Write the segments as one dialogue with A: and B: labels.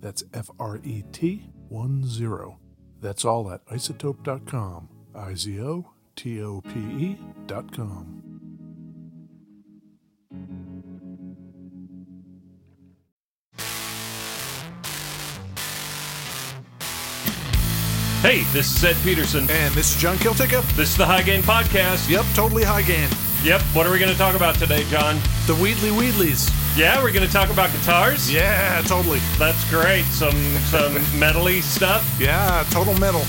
A: That's F R E T 1 0. That's all at isotope.com. I Z O T O P E E.com.
B: Hey, this is Ed Peterson.
C: And this is John Kiltica.
B: This is the High Gain Podcast.
C: Yep, totally high gain.
B: Yep, what are we going to talk about today, John?
C: The Wheatley Wheatleys.
B: Yeah, we're going to talk about guitars.
C: Yeah, totally.
B: That's great. Some some metally stuff.
C: Yeah, total metal.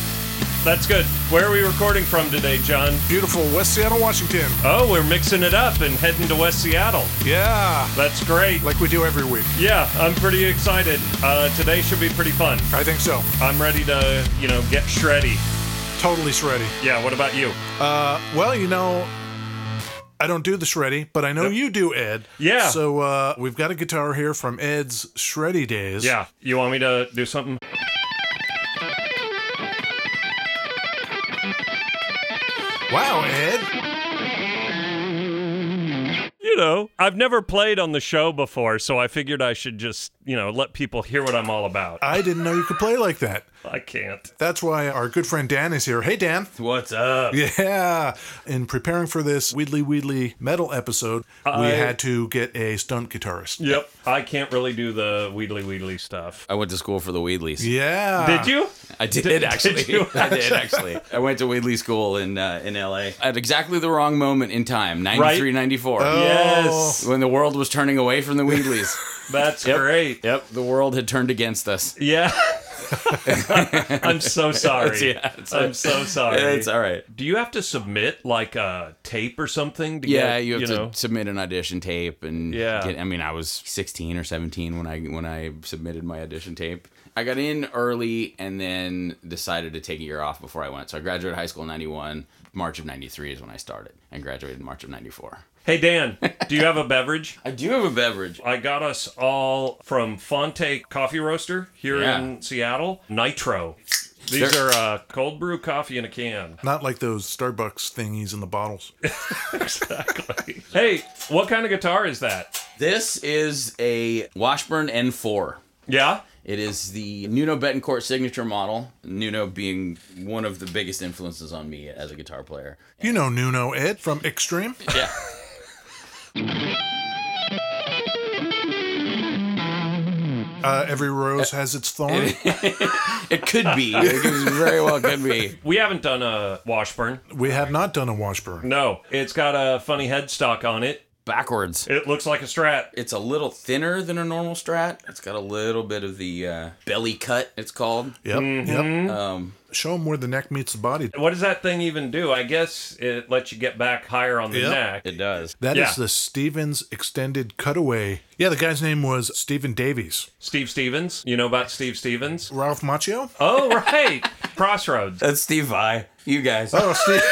B: That's good. Where are we recording from today, John?
C: Beautiful. West Seattle, Washington.
B: Oh, we're mixing it up and heading to West Seattle.
C: Yeah,
B: That's great.
C: like we do every week.
B: Yeah, I'm pretty excited. Uh, today should be pretty fun.
C: I think so.
B: I'm ready to, you know, get shreddy.
C: Totally shreddy.
B: Yeah, what about you?
C: Uh, well, you know, I don't do the shreddy, but I know you do, Ed.
B: Yeah.
C: So uh, we've got a guitar here from Ed's shreddy days.
B: Yeah, you want me to do something?
C: Wow, Ed.
B: you know, I've never played on the show before, so I figured I should just, you know, let people hear what I'm all about.
C: I didn't know you could play like that.
B: I can't.
C: That's why our good friend Dan is here. Hey, Dan.
B: What's up?
C: Yeah. In preparing for this Weedly Weedly metal episode, we
B: I-
C: had to get a stunt guitarist.
B: Yep. I can't really do the wheedly wheedly stuff.
D: I went to school for the Wheatleys.
C: Yeah.
D: Ah.
B: Did you?
D: I did,
B: Did-
D: actually.
B: did you
D: I did actually. I went to Wheatley School in uh, in LA at exactly the wrong moment in time, 93, 94.
C: Oh.
B: Yes.
D: When the world was turning away from the Wheatleys.
B: That's great.
D: yep, the world had turned against us.
B: Yeah. I'm so sorry.
D: Yeah, it's all
B: I'm
D: right.
B: so sorry.
D: It's all right.
B: Do you have to submit like a tape or something? To
D: Yeah,
B: get,
D: you have to
B: know?
D: submit an audition tape and
B: Yeah.
D: get, I mean, I was 16 or 17 when I when I submitted my audition tape. I got in early and then decided to take a year off before I went. So I graduated high school in 91. March of 93 is when I started and graduated in March of 94.
B: Hey Dan, do you have a beverage?
D: I do have a beverage.
B: I got us all from Fonte Coffee Roaster here
D: Yeah.
B: in Seattle. Nitro. These
D: They're-
B: are uh, cold brew coffee in a can.
C: Not like those Starbucks thingies in the bottles.
B: exactly. Hey, what kind of guitar is that?
D: This is a Washburn N4.
B: Yeah.
D: It is the Nuno Betancourt signature model. Nuno being one of the biggest influences on me as a guitar player.
C: You know Nuno Ed from Extreme.
D: Yeah.
C: Uh, every rose has its thorn.
D: It could be. It could- very well could be.
B: We haven't done a Washburn.
C: We have not done a Washburn.
B: No, it's got a funny headstock on it.
D: Backwards.
B: It looks like a Strat.
D: It's a little thinner than a normal Strat. It's got a little bit of the uh, belly cut, it's called.
C: Yep. Yep.
D: Um,
C: Show them where the neck meets the body.
B: What does that thing even do? I guess it lets you get back higher on the
C: Yeah.
B: neck.
D: it does.
C: That is
B: Yeah.
C: the Stevens extended cutaway. Yeah, the guy's name was Stephen Davies.
B: Steve Stevens. You know about Steve Stevens?
C: Ralph Macchio.
B: Oh, right. Crossroads.
D: That's Steve Vai. You guys.
C: Oh, Steve.
D: Steve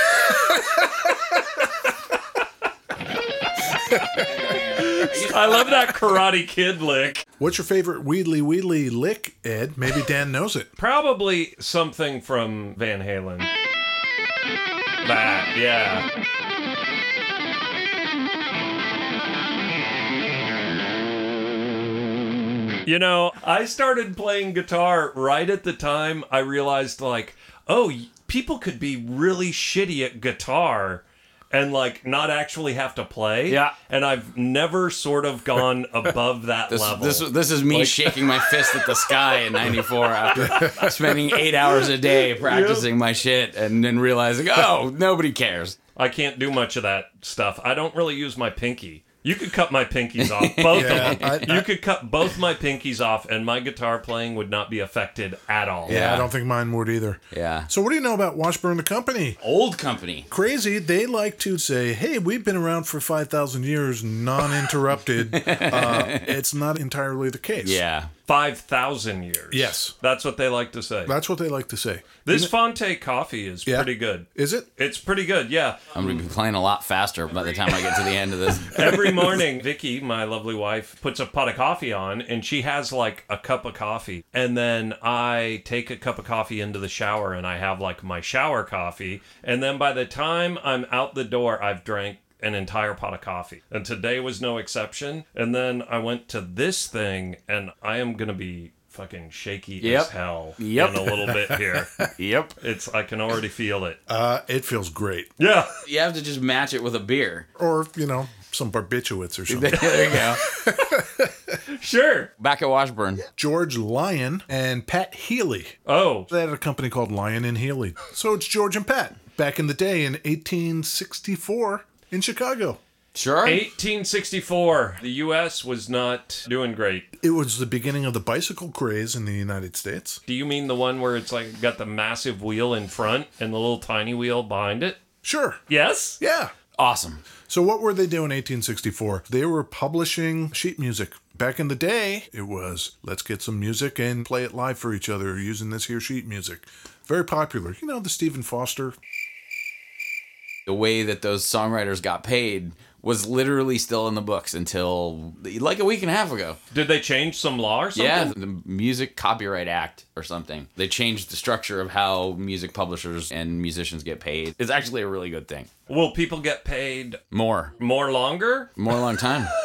B: I love that Karate Kid lick.
A: What's your favorite Wheedly Wheedly lick, Ed? Maybe Dan knows it.
B: Probably something from Van Halen. That, yeah. You know, I started playing guitar right at the time I realized, like, oh, y- people could be really shitty at guitar and, like, not actually have to play.
E: Yeah.
B: And I've never sort of gone above that
D: This,
B: level.
D: this, this is me shaking my fist at the sky in 94 after spending eight hours a day practicing my shit and then realizing, oh, nobody cares.
B: I can't do much of that stuff. I don't really use my pinky. You could cut my pinkies off, both
A: Yeah,
B: of them.
A: I-
B: you could cut both my pinkies off, and my guitar playing would not be affected at all.
D: Yeah.
A: I don't think mine would either.
D: Yeah.
A: So, what do you know about Washburn the Company?
D: Old company.
A: Crazy, they like to say, hey, we've been around for 5,000 years non interrupted. uh, it's not entirely the case.
D: Yeah.
B: Five thousand years.
A: Yes.
B: that's what they like to say.
A: That's what they like to say.
B: this Fonte coffee is
A: Yeah.
B: pretty good.
A: Is it?
B: It's pretty good. Yeah.
D: I'm going to be playing a lot faster by the time I get to the end of this.
B: Every morning, Vicky, my lovely wife, puts a pot of coffee on, and she has like a cup of coffee. And then I take a cup of coffee into the shower, and I have like my shower coffee. And then by the time I'm out the door, I've drank an entire pot of coffee. And today was no exception. And then I went to this thing, and I am gonna be fucking shaky as
D: Yep.
B: hell
D: Yep.
B: in a little bit here.
D: Yep.
B: It's I can already feel it.
A: Uh, it feels great.
B: Yeah.
D: You have to just match it with a beer.
A: Or, you know, some barbiturates or something.
D: there you go.
B: Sure.
D: Back at Washburn.
A: George Lyon and Pat Healy.
B: Oh,
A: They had a company called Lyon and Healy. So it's George and Pat back in the day in 1864 in Chicago.
D: Sure.
B: 1864. The U.S. was not doing great.
A: It was the beginning of the bicycle craze in the United States.
B: Do you mean the one where it's like got the massive wheel in front and the little tiny wheel behind it?
A: Sure.
B: Yes.
A: Yeah.
D: Awesome.
A: So what were they doing in 1864? They were publishing sheet music. Back in the day, it was let's get some music and play it live for each other using this here sheet music. Very popular. You know, the Stephen Foster.
D: the way that those songwriters got paid was literally still in the books until like a week and a half ago.
B: Did they change some law or something?
D: Yeah, the Music Copyright Act or something. They changed the structure of how music publishers and musicians get paid. It's actually a really good thing.
B: Will people get paid
D: More,
B: more longer?
D: more long time.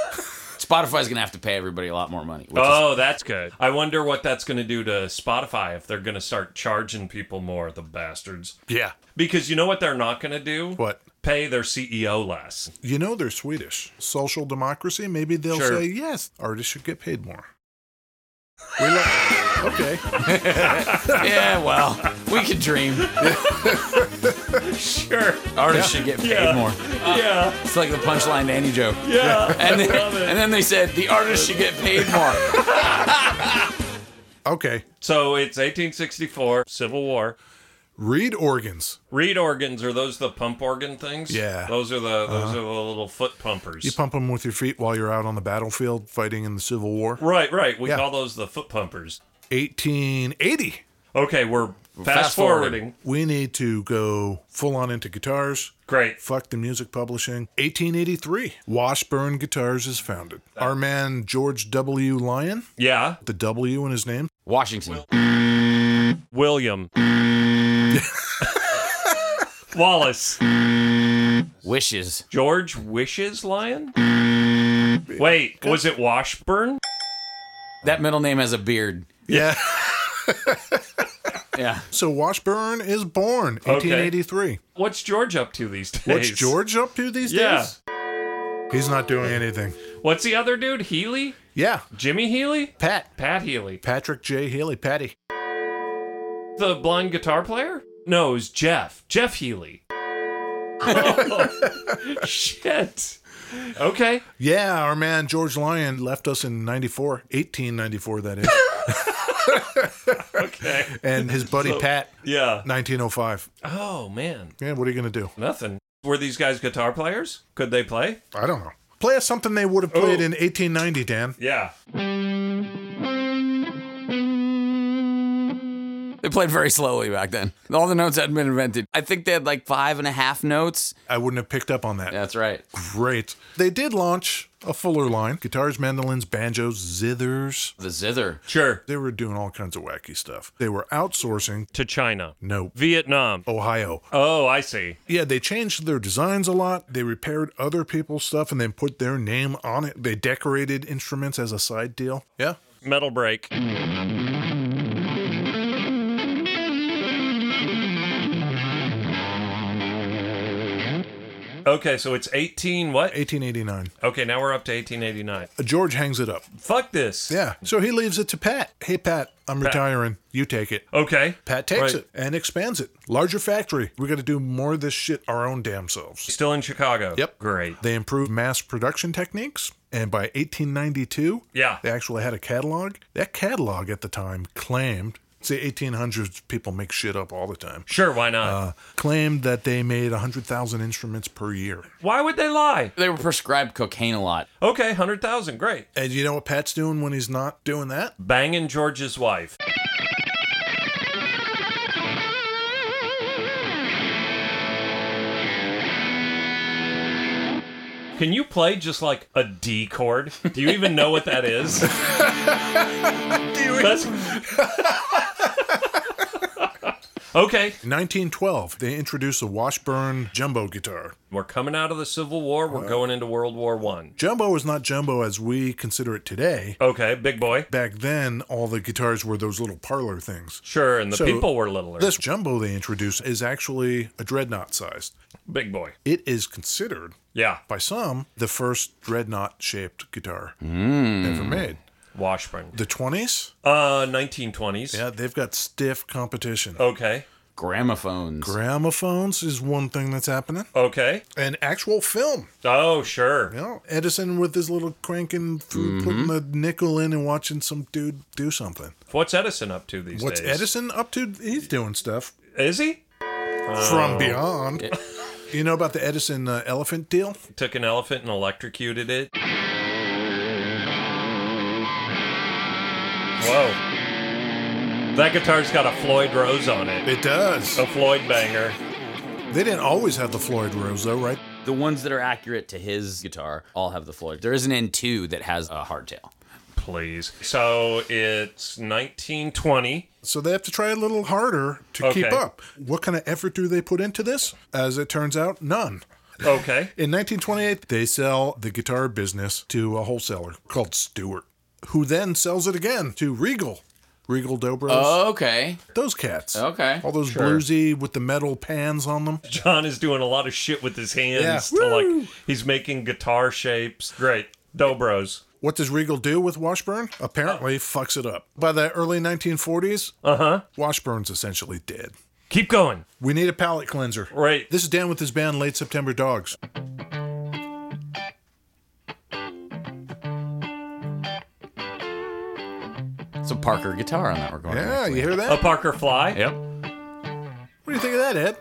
D: Spotify's gonna have to pay everybody a lot more money. Which is,
B: Oh, that's good. I wonder what that's going to do to Spotify if they're going to start charging people more, the bastards.
A: Yeah.
B: Because you know what they're not going to do?
A: What?
B: Pay their CEO less.
A: You know they're Swedish. Social democracy, maybe they'll
B: Sure.
A: say, yes, artists should get paid more. We lo- okay.
D: yeah, well, we could dream.
B: Sure.
D: Artists should get paid
B: Yeah.
D: more.
B: yeah.
D: It's like the punchline to any joke.
B: Yeah.
D: And then,
B: Love it.
D: and then they said the artists should get paid more.
A: Okay.
B: So it's 1864, Civil War.
A: Reed organs.
B: Reed organs are those the pump organ things?
A: Yeah. Uh-huh.
B: those are the those are the little foot pumpers.
A: You pump them with your feet while you're out on the battlefield fighting in the Civil War.
B: right, right. We
A: Yeah.
B: call those the foot pumpers.
A: 1880.
B: Okay, we're fast forwarding.
D: fast-forwarding.
A: We need to go full on into guitars.
B: Great.
A: Fuck the music publishing. 1883, Washburn Guitars is founded. Our man George W. Lyon,
B: Yeah,
A: the W in his name.
D: Washington.
B: William. Wallace.
D: Wishes.
B: George Wishes Lion? Wait, was it Washburn?
D: That middle name has a beard.
A: Yeah.
D: Yeah.
A: so Washburn is born 1883.
B: What's George up to these days?
A: What's George up to these
B: Yeah.
A: days? He's not doing anything.
B: What's the other dude? Healy?
A: Yeah.
B: Jimmy Healy?
A: Pat.
B: Pat Healy.
A: Patrick J. Haley. Patty.
B: The blind guitar player? No, it was Jeff. Jeff Healy. Oh, shit. Okay.
A: Yeah, our man George Lyon left us in 94, 1894, that is.
B: Okay.
A: and his buddy Pat,
B: Yeah.
A: 1905.
B: Oh, man.
A: Yeah, what are you going to do?
B: Nothing. Were these guys guitar players? Could they play?
A: I don't know. Play us something they would have played
B: Oh.
A: in 1890, Dan.
B: Yeah.
D: They played very slowly back then. All the notes hadn't been invented. I think they had like five and a half notes.
A: I wouldn't have picked up on that.
D: That's right.
A: Great. They did launch a fuller line guitars, mandolins, banjos, zithers.
D: The zither.
B: Sure.
A: They were doing all kinds of wacky stuff. They were outsourcing.
B: To China.
A: Nope.
B: Vietnam.
A: Ohio.
B: Oh, I see.
A: Yeah, they changed their designs a lot. They repaired other people's stuff and then put their name on it. They decorated instruments as a side deal. Yeah.
B: Metal break. Okay, so it's 18 what?
A: 1889.
B: Okay, now we're up to 1889.
A: Uh, George hangs it up.
B: Fuck this.
A: Yeah. So he leaves it to Pat. Hey, Pat, I'm retiring. You take it.
B: Okay.
A: Pat takes
B: Right.
A: it and expands it. Larger factory. We got to do more of this shit our own damn selves.
B: Still in Chicago.
A: Yep.
B: Great.
A: They improved mass production techniques. And by 1892,
B: Yeah.
A: they actually had a catalog. That catalog at the time claimed, say 1800s, people make shit up all the time,
B: Sure, why not?
A: uh, claimed that they made 100,000 instruments per year.
B: why would they lie?
D: They were prescribed cocaine a lot.
B: Okay, 100,000. Great.
A: And you know what Pat's doing when he's not doing that?
B: Banging George's wife. Can you play just like a D chord? Do you even know what that is? That's- okay.
A: In 1912, they introduced a Washburn jumbo guitar.
B: We're coming out of the Civil War.
A: Uh-huh.
B: We're going into World War One.
A: Jumbo is not jumbo as we consider it today.
B: Okay, big boy.
A: Back then, all the guitars were those little parlor things.
B: Sure, and the
A: So,
B: people were littler.
A: This jumbo they introduced is actually a dreadnought sized.
B: big boy.
A: It is considered
B: Yeah,
A: by some the first dreadnought shaped guitar ever made.
B: Washburn.
A: The 20s?
B: Uh, 1920s.
A: Yeah, they've got stiff competition.
B: Okay.
D: Gramophones.
A: Gramophones is one thing that's happening.
B: Okay.
A: An actual film.
B: Oh, sure.
A: You know, Edison with his little cranking through, putting the nickel in and watching some dude do something.
B: What's Edison up to these
A: What's
B: days?
A: Edison up to? He's doing stuff
B: Is he?
A: from beyond. You know about the Edison uh, elephant deal?
B: Took an elephant and electrocuted it. Whoa. That guitar's got a Floyd Rose on it.
A: It does.
B: A Floyd banger.
A: They didn't always have the Floyd Rose, though, right?
D: The ones that are accurate to his guitar all have the Floyd. There is an N2 that has a hardtail.
B: Please. So it's 1920.
A: So they have to try a little harder to keep
B: Okay.
A: up. What kind of effort do they put into this? As it turns out, none.
B: Okay.
A: In 1928, they sell the guitar business to a wholesaler called Stewart, who then sells it again to Regal. Regal Dobros.
D: Okay.
A: those cats.
D: Oh. Okay.
A: All those bluesy with the metal pans on them.
B: John is doing a lot of shit with his hands.
A: Yeah.
B: To
A: Woo!
B: like he's making guitar shapes. Great. Dobros.
A: What does Regal do with Washburn? Apparently, fucks it up. By the early 1940s, uh huh, Washburn's essentially dead.
B: Keep going.
A: We need a palate cleanser.
B: Right.
A: This is Dan with his band, Late September Dogs.
D: It's a Parker guitar on that we're going.
A: Yeah,
D: with.
A: you hear that?
B: A Parker Fly.
D: Yep.
A: What do you think of that, Ed?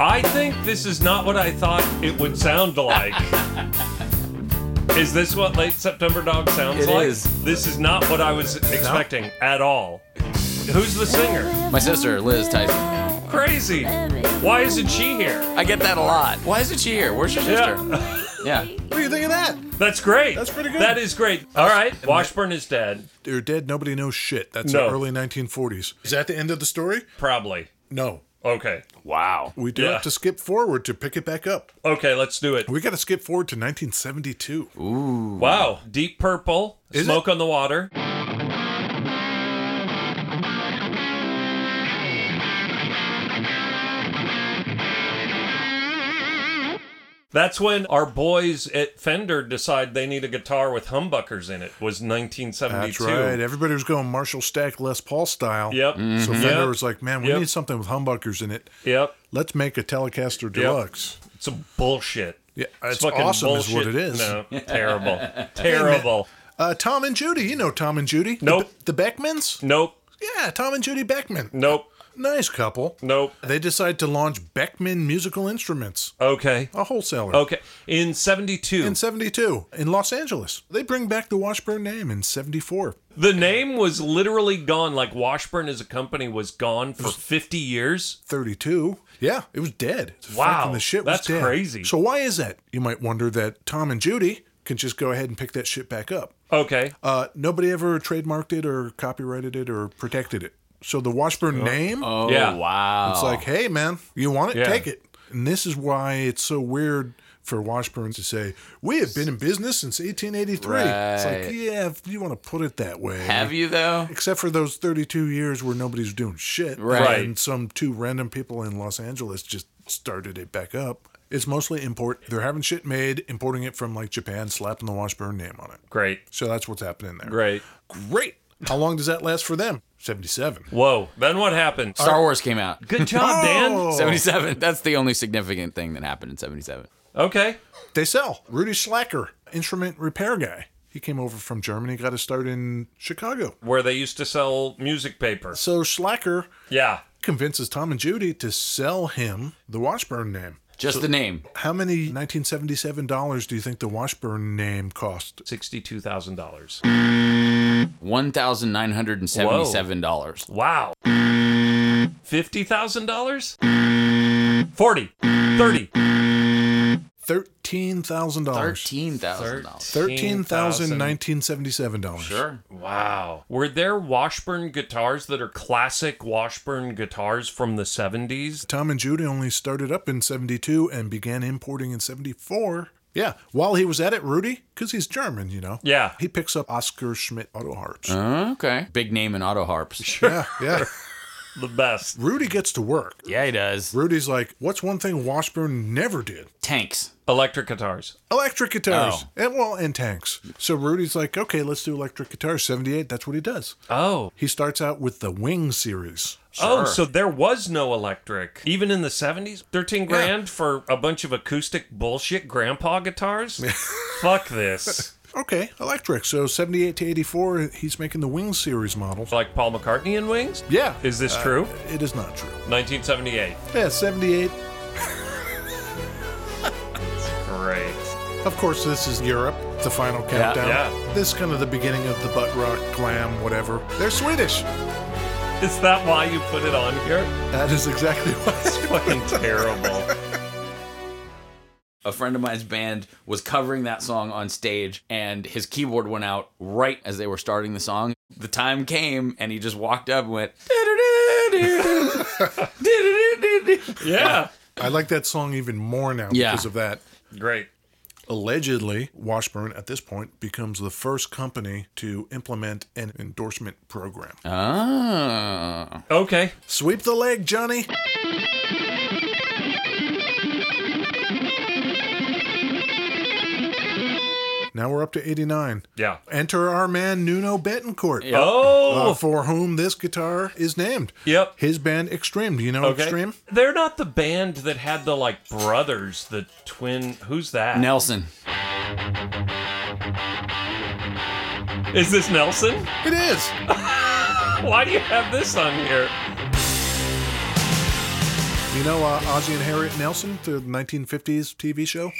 B: I think this is not what I thought it would sound like. is this what late September dog sounds
D: It
B: like?
D: is.
B: This is not what I was expecting at all. Who's the singer?
D: My sister, Liz Tyson.
B: Crazy. Why isn't she here?
D: I get that a lot. Why is it she here? Where's your sister?
B: Yeah.
D: Yeah.
A: What do you think of that?
B: That's great.
A: That's pretty good.
B: That is great. All right. Washburn is dead.
A: They're dead. Nobody knows shit. That's
B: No.
A: the early 1940s. Is that the end of the story?
B: Probably.
A: No.
B: Okay.
D: Wow.
A: We do
B: Yeah.
A: have to skip forward to pick it back up.
B: Okay, let's do it.
A: We got to skip forward to 1972.
B: Wow. Deep purple.
A: Is
B: smoke on the water. That's when our boys at Fender decide they need a guitar with humbuckers in it. Was 1972.
A: That's right. Mm. Everybody was going Marshall Stack Les Paul style.
B: Yep. Mm-hmm.
A: So Fender
B: Yep.
A: was like, man, we
B: Yep.
A: need something with humbuckers in it.
B: Yep.
A: Let's make a Telecaster Deluxe.
B: It's a bullshit.
A: Yeah, it's awesome is what it is.
B: No, terrible. terrible.
A: Uh, Tom and Judy. You know Tom and Judy.
B: Nope.
A: The, the Beckmans?
B: Nope.
A: Yeah, Tom and Judy Beckman.
B: Nope.
A: Nice couple.
B: Nope.
A: They decide to launch Beckman Musical Instruments,
B: Okay.
A: a wholesaler.
B: Okay. In 72.
A: In 72, in Los Angeles. They bring back the Washburn name in 74.
B: the name was literally gone. Like Washburn as a company was gone for 50 years.
A: 32. Yeah, it was dead. It's
B: Wow,
A: fucking the shit
B: that's
A: was dead.
B: crazy.
A: So why is that? You might wonder that Tom and Judy can just go ahead and pick that shit back up.
B: Okay.
A: Uh, nobody ever trademarked it or copyrighted it or protected it. So the
B: Uh,
A: Washburn name,
D: Oh
B: Yeah.
D: wow!
A: it's like, hey man, you want it,
B: Yeah.
A: take it. And this is why it's so weird for Washburn to say we have been in business since 1883. It's
D: Right.
A: like, yeah, if you want to put it that way,
D: have you though?
A: except for those 32 years where nobody's doing shit
D: Right.
A: and some two random people in los angeles just started it back up it's mostly import they're having shit made importing it from like japan slapping the washburn name on it
B: Great.
A: so that's what's happening there
B: Great.
A: great how long does that last for them 77
B: Whoa. Then what happened?
D: Star Wars came out.
B: Good job, Dan.
A: Oh.
D: Seventy-seven. That's the only significant thing that happened in seventy-seven.
B: Okay.
A: they sell rudy slacker instrument repair guy he came over from germany got his start in chicago
B: Where they used to sell music paper.
A: so slacker
B: Yeah.
A: convinces tom and judy to sell him the washburn name
D: Just the name.
A: How many 1977 dollars do you think the Washburn name cost?
B: $62,000.
D: One thousand nine hundred and seventy-seven dollars.
B: Wow. $50,000? 40. 30.
A: Thirteen thousand dollars.
D: Thirteen thousand dollars.
A: Thirteen thousand nineteen seventy-seven dollars.
D: Sure.
B: Wow. Were there Washburn guitars that are classic Washburn guitars from the 70s?
A: Tom and Judy only started up in '72 and began importing in '74. Yeah, while he was at it, Rudy, because he's German, you know.
B: Yeah.
A: He picks up Oscar Schmidt auto harps.
D: Okay. Big name in auto harps.
A: Yeah, yeah.
B: The best.
A: Rudy gets to work.
D: Yeah, he does.
A: Rudy's like, what's one thing Washburn never did?
D: Tanks.
B: Electric guitars.
A: Electric guitars.
D: Oh.
A: And well, and tanks. So Rudy's like, okay, let's do electric guitars. 78, that's what he does.
B: Oh.
A: He starts out with the Wing series.
B: Oh, so there was no electric. Even in the 70s? 13 grand for a bunch of acoustic bullshit grandpa guitars? Fuck this.
A: Okay, electric. So 78 to 84, he's making the Wing series models.
B: Like Paul McCartney and Wings?
A: Yeah.
B: Is this true?
A: It is not true.
B: 1978.
A: Yeah, 78.
B: Great.
A: Of course, this is Europe, the final countdown.
B: yeah.
A: This is kind of the beginning of the butt rock, glam, whatever. They're Swedish.
B: Is that why you put it on here?
A: That is exactly
B: It's
A: what.
B: fucking terrible.
D: A friend of mine's band was covering that song on stage, and his keyboard went out right as they were starting the song. The time came, and he just walked up and went. "Do-do-do-do-do, do-do-do-do-do."
B: Yeah.
A: I like that song even more now
D: Yeah.
A: because of that.
B: Great.
A: Allegedly, Washburn at this point becomes the first company to implement an endorsement program.
B: Ah.
D: Oh.
B: Okay.
A: Sweep the leg, Johnny. Now we're up to 89.
B: Yeah.
A: Enter our man Nuno Betancourt,
B: Oh.
A: uh, for whom this guitar is named.
B: Yep.
A: His band Extreme. Do you know
B: Okay.
A: Extreme?
B: They're not the band that had the like brothers, the twin. Who's that? Is
D: Nelson.
B: this Nelson?
A: It is.
B: Why do you have this on here?
A: You know uh, Ozzy and Harriet Nelson, the 1950s TV show?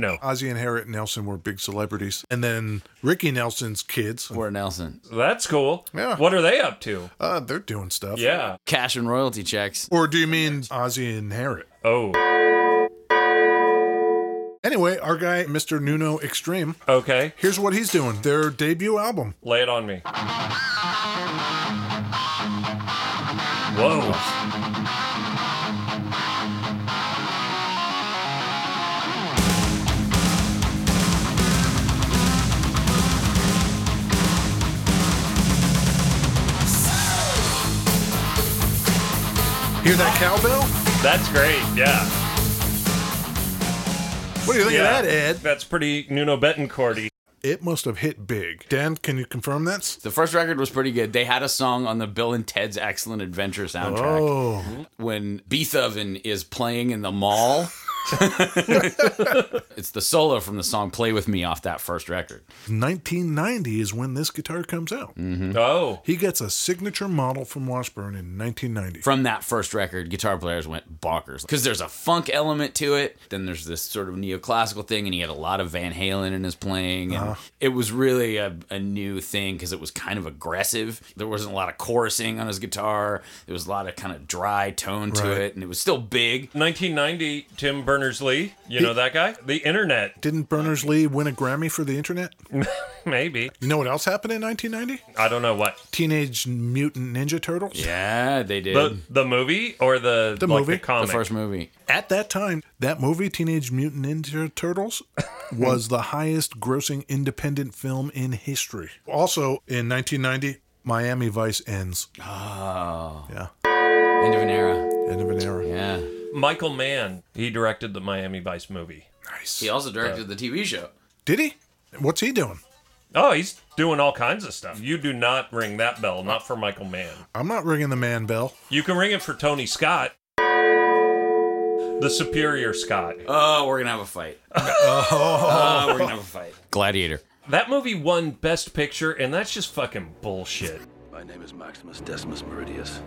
B: No.
A: Ozzy and Harriet Nelson were big celebrities. And then Ricky Nelson's kids,
D: Or Nelson.
B: That's cool.
A: Yeah.
B: What are they up to?
A: uh, they're doing stuff.
B: Yeah.
D: Cash and royalty checks.
A: Or do you mean Ozzy and Harriet?
B: Oh.
A: Anyway, our guy, Mr. Nuno Extreme,
B: Okay.
A: here's what he's doing their debut album.
B: Lay it on me. Whoa.
A: Hear that cowbell?
B: That's great. Yeah.
A: What do you think
B: Yeah.
A: of that, Ed?
B: That's pretty Nuno Betancourt
A: It must have hit big. Dan, can you confirm that?
D: The first record was pretty good. They had a song on the Bill and Ted's Excellent Adventure soundtrack.
A: Oh,
D: When Beethoven is playing in the mall It's the solo from the song Play With Me off that first record.
A: 1990 is when this guitar comes out.
B: Oh,
A: He gets a signature model from Washburn in 1990.
D: From that first record, guitar players went bonkers because there's a funk element to it. Then there's this sort of neoclassical thing, and he had a lot of Van Halen in his playing. And It was really a, a new thing because it was kind of aggressive. There wasn't a lot of chorusing on his guitar, there was a lot of kind of dry tone to
A: Right.
D: it, and it was still big.
B: 1990, Tim Berners Lee. You know that guy? The internet,
A: Didn't Berners Lee win a Grammy for the internet?
B: maybe.
A: You know what else happened in 1990?
B: I don't know what.
A: Teenage Mutant Ninja Turtles.
D: Yeah, they did.
B: The, the movie or the,
A: The
B: like,
A: movie.
B: The
A: The
D: the
B: comic?
D: first movie.
A: At that time, that movie, Teenage Mutant Ninja Turtles, was the highest grossing independent film in history. Also, in 1990, Miami Vice ends.
D: Oh,
A: Yeah.
D: end of an era.
A: End of an era.
D: Yeah.
B: Michael Mann. He directed the Miami Vice movie.
A: Nice.
D: He also directed the TV show.
A: Did he? What's he doing?
B: Oh, he's doing all kinds of stuff. You do not ring that bell, not for Michael Mann.
A: I'm not ringing the man bell.
B: You can ring it for Tony Scott, the superior Scott.
D: Oh, we're gonna have a fight. oh, we're gonna have a fight. Gladiator.
B: That movie won Best Picture, and that's just fucking bullshit.
E: My name is Maximus Decimus Meridius.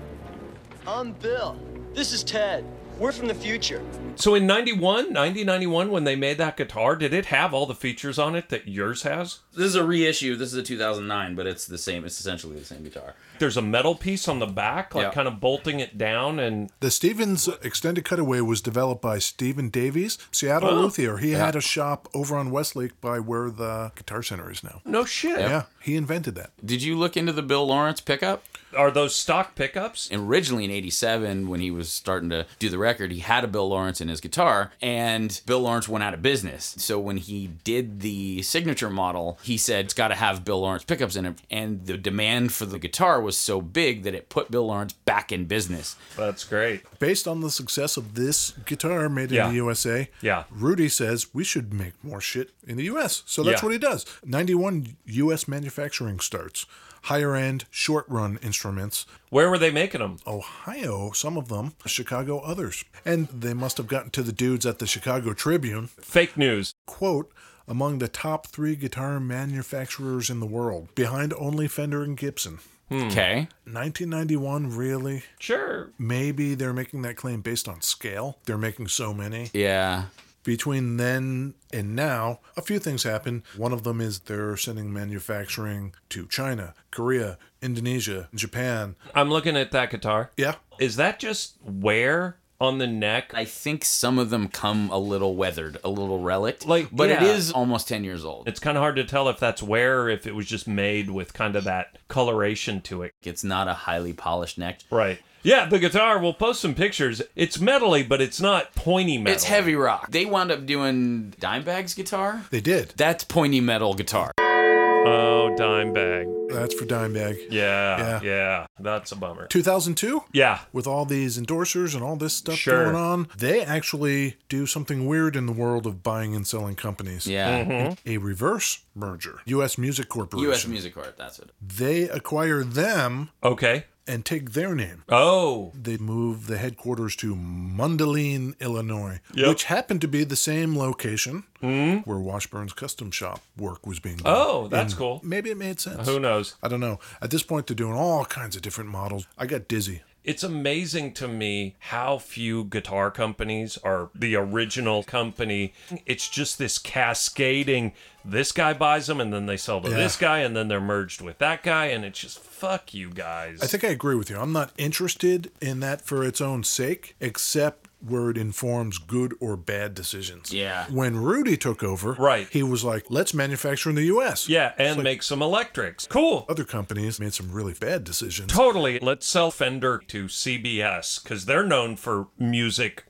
F: I'm Bill. This is Ted. We're from the future.
B: So in 91, 90, 91, when they made that guitar, did it have all the features on it that yours has?
D: This is a reissue. This is a 2009, but it's the same. It's essentially the same guitar.
B: There's a metal piece on the back, like
D: Yeah.
B: kind of bolting it down, and
A: The Stevens extended cutaway was developed by Stephen Davies, Seattle luthier. He had a shop over on Westlake by where the Guitar Center is now.
B: no shit.
A: Yeah, he invented that.
D: Did you look into the Bill Lawrence pickup?
B: Are those stock pickups?
D: Originally in '87, when he was starting to do the record, he had a Bill Lawrence in his guitar, and Bill Lawrence went out of business. So when he did the signature model, he said it's got to have Bill Lawrence pickups in it. And the demand for the guitar was so big that it put Bill Lawrence back in business.
B: That's great.
A: Based on the success of this guitar made
B: Yeah.
A: in the USA,
B: Yeah.
A: Rudy says we should make more shit in the US. So that's
B: Yeah.
A: what he does. 91 US manufacturing starts. Higher end, short run instruments.
B: Where were they making them?
A: Ohio, some of them, Chicago, others. And they must have gotten to the dudes at the Chicago Tribune.
B: Fake news.
A: quote, among the top three guitar manufacturers in the world, behind only Fender and Gibson.
D: Okay.
A: 1991, really?
B: Sure.
A: Maybe they're making that claim based on scale. They're making so many.
D: Yeah.
A: Between then and now, a few things happen. One of them is they're sending manufacturing to China, Korea, Indonesia, Japan.
B: I'm looking at that guitar.
A: Yeah.
B: Is that just wear on the neck?
D: I think some of them come a little weathered, a little relic.
B: Like,
D: but it
B: yeah.
D: is almost ten years old.
B: It's kind of hard to tell if that's wear or if it was just made with kind of that coloration to it.
D: It's not a highly polished neck.
B: Right. Yeah, the guitar. We'll post some pictures. It's metally, but it's not pointy metal.
D: It's heavy rock. They wound up doing Dimebag's guitar.
A: They did.
D: That's pointy metal guitar.
B: Oh, dime bag.
A: That's for Dimebag.
B: Yeah,
A: Yeah.
B: yeah. That's a bummer.
A: 2002?
B: Yeah.
A: with all these endorsers and all this stuff
B: Sure.
A: going on, they actually do something weird in the world of buying and selling companies.
D: Yeah.
A: A reverse merger. US Music Corporation.
D: US Music Corp, that's it.
A: They acquire them
B: Okay.
A: and take their name.
B: Oh,
A: They move the headquarters to Mundelein, Illinois,
B: Yep. Hmm?
A: which happened to be the same location where Washburn's custom shop work was being done.
B: Oh, that's cool.
A: Maybe it made sense.
B: who knows?
A: I don't know. At this point, they're doing all kinds of different models. I got dizzy.
B: It's amazing to me how few guitar companies are the original company. It's just this cascading. This guy buys them, and then they sell to this guy, and then they're merged with that guy, and it's just fuck you guys.
A: I think I agree with you. I'm not interested in that for its own sake, except where it informs good or bad decisions.
D: Yeah.
A: When Rudy took over,
B: Right.
A: he was like, let's manufacture in the US.
B: yeah, and make some electrics. Cool.
A: Other companies made some really bad decisions.
B: Totally. Let's sell Fender to CBS because they're known for music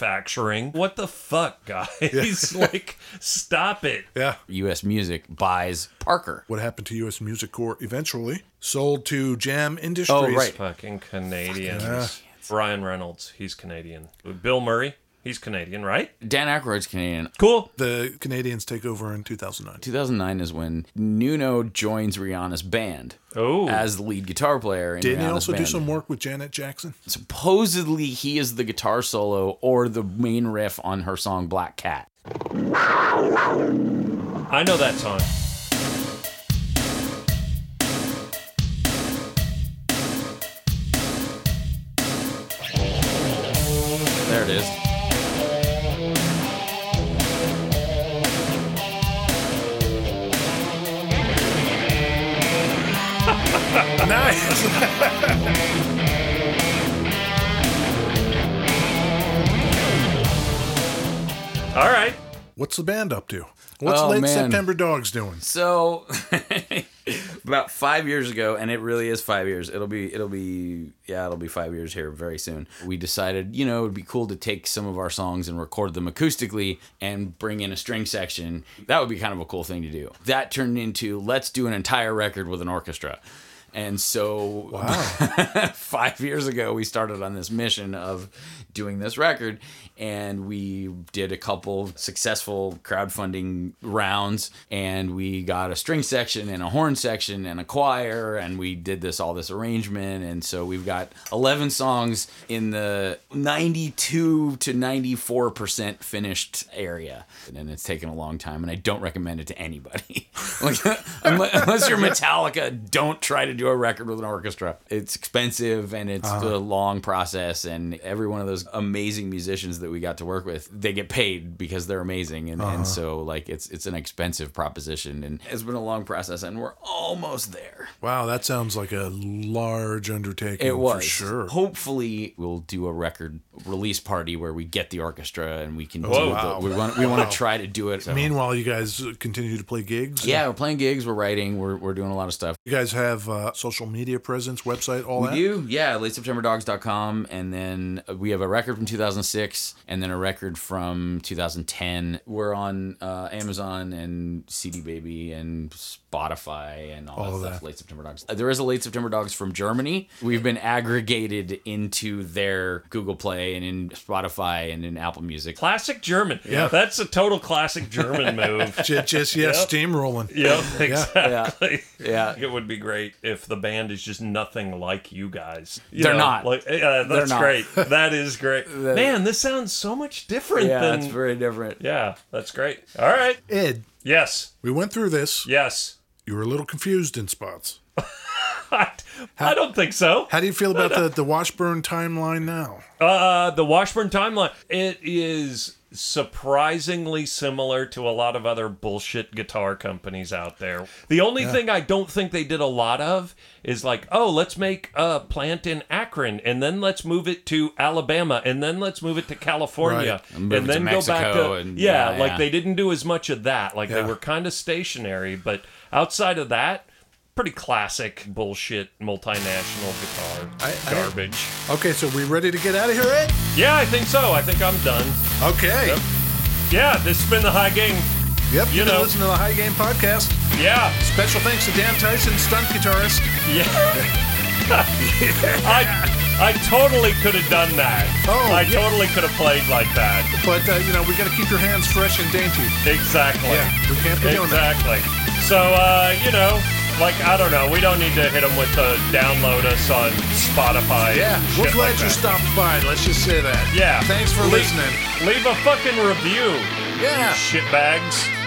B: manufacturing. What the fuck, guys? like, stop it.
A: Yeah.
D: US Music buys Parker.
A: What happened to US Music Corps eventually? Sold to Jam Industries.
D: Oh, right.
B: Fucking Canadians. Ryan Reynolds, he's Canadian. Bill Murray, He's Canadian, right?
D: Dan Aykroyd's Canadian.
B: Cool.
A: The Canadians take over in 2009.
D: 2009 is when Nuno joins Rihanna's band
B: Oh.
D: as the lead guitar player. In
A: Didn't he
D: Rihanna's
A: also do
D: band.
A: some work with Janet Jackson?
D: Supposedly, he is the guitar solo or the main riff on her song Black Cat.
B: I know that song.
D: There it is.
A: nice.
B: All right.
A: What's the band up to? What's
D: Oh,
A: Late
D: man.
A: September Dogs doing?
D: So about five years ago, and it really is five years. It'll be it'll be yeah, it'll be five years here very soon. We decided, you know, it'd be cool to take some of our songs and record them acoustically and bring in a string section. That would be kind of a cool thing to do. That turned into let's do an entire record with an orchestra. And so five years ago we started on this mission of doing this record and we did a couple successful crowdfunding rounds and we got a string section and a horn section and a choir and we did this all this arrangement and so we've got 11 songs in the 92 to 94 percent finished area and it's taken a long time and i don't recommend it to anybody like unless, unless you're metallica don't try to do a record with an orchestra it's expensive and it's
A: Uh-huh.
D: a long process and every one of those amazing musicians that we got to work with they get paid because they're amazing and,
A: Uh-huh.
D: and so like it's it's an expensive proposition and it's been a long process and we're almost there
A: Wow, that sounds like a large undertaking.
D: it
A: Oh,
D: was
A: for sure.
D: Hopefully, we'll do a record release party where we get the orchestra and we can do
B: Whoa.
D: the-
A: Oh, Wow.
D: we want we want to try to do it. So-
A: Meanwhile, you guys continue to play gigs.
D: yeah, we're playing gigs, we're writing, we're, we're doing a lot of stuff.
A: You guys have uh, social media presence, website, all
D: We
A: that.
D: do, yeah, lateseptemberdogs.com, and then we have a record from 2006, and then a record from 2010. We're on uh, Amazon and CD Baby and Spotify and all,
A: All
D: that
A: that.
D: stuff. Late September Dogs. Uh, There is a Late September Dogs from Germany. We've been aggregated into their Google Play and in Spotify and in Apple Music.
B: Classic German. Yeah. That's a total classic German move.
A: J- Just yeah, steamrolling.
B: Yep, exactly.
D: Yeah.
B: It would be great if the band is just nothing like you guys. You
D: They're not.
B: Like, yeah, that's
D: not.
B: great. That is great. Man, this sounds so much different
D: Yeah,
B: than.
D: it's very different.
B: yeah, that's great. All right.
A: Ed,
B: Yes.
A: we went through this.
B: Yes.
A: You were a little confused in spots.
B: I, I don't think so.
A: How do you feel about the, the Washburn timeline now?
B: Uh, the Washburn timeline. It is surprisingly similar to a lot of other bullshit guitar companies out there. The only thing I don't think they did a lot of is like, oh, let's make a plant in Akron and then let's move it to Alabama and then let's move it to California
D: Right. And move it to
B: then
D: Mexico and-
B: yeah,
D: yeah,
B: like
D: yeah.
B: they didn't do as much of that. Like
A: Yeah.
B: they were kind of stationary, but outside of that, pretty classic bullshit multinational guitar
A: I- I-
B: garbage.
A: Okay, so we ready to get out of here, Ed?
B: Yeah, I think so. I think I'm done.
A: Okay. Yep.
B: Yeah, this has been the high game.
A: you, can
B: You know.
A: listen to the High Game podcast.
B: Yeah,
A: Special thanks to Dan Tyson, stunt guitarist.
B: yeah. I I totally could have done that.
A: Oh,
B: I
A: yeah.
B: totally could have played like that.
A: But uh, you know, we got to keep your hands fresh and dainty.
B: Exactly.
A: Yeah, we can't be doing that.
B: Exactly. So uh, you know, like I don't know, we don't need to hit them with the download us on Spotify.
A: Yeah,
B: and
A: we're
B: shit
A: glad
B: like
A: you
B: that.
A: stopped by. Let's just say that.
B: Yeah.
A: Thanks for
B: Le-
A: listening.
B: Leave a fucking review,
A: Yeah.
B: shitbags.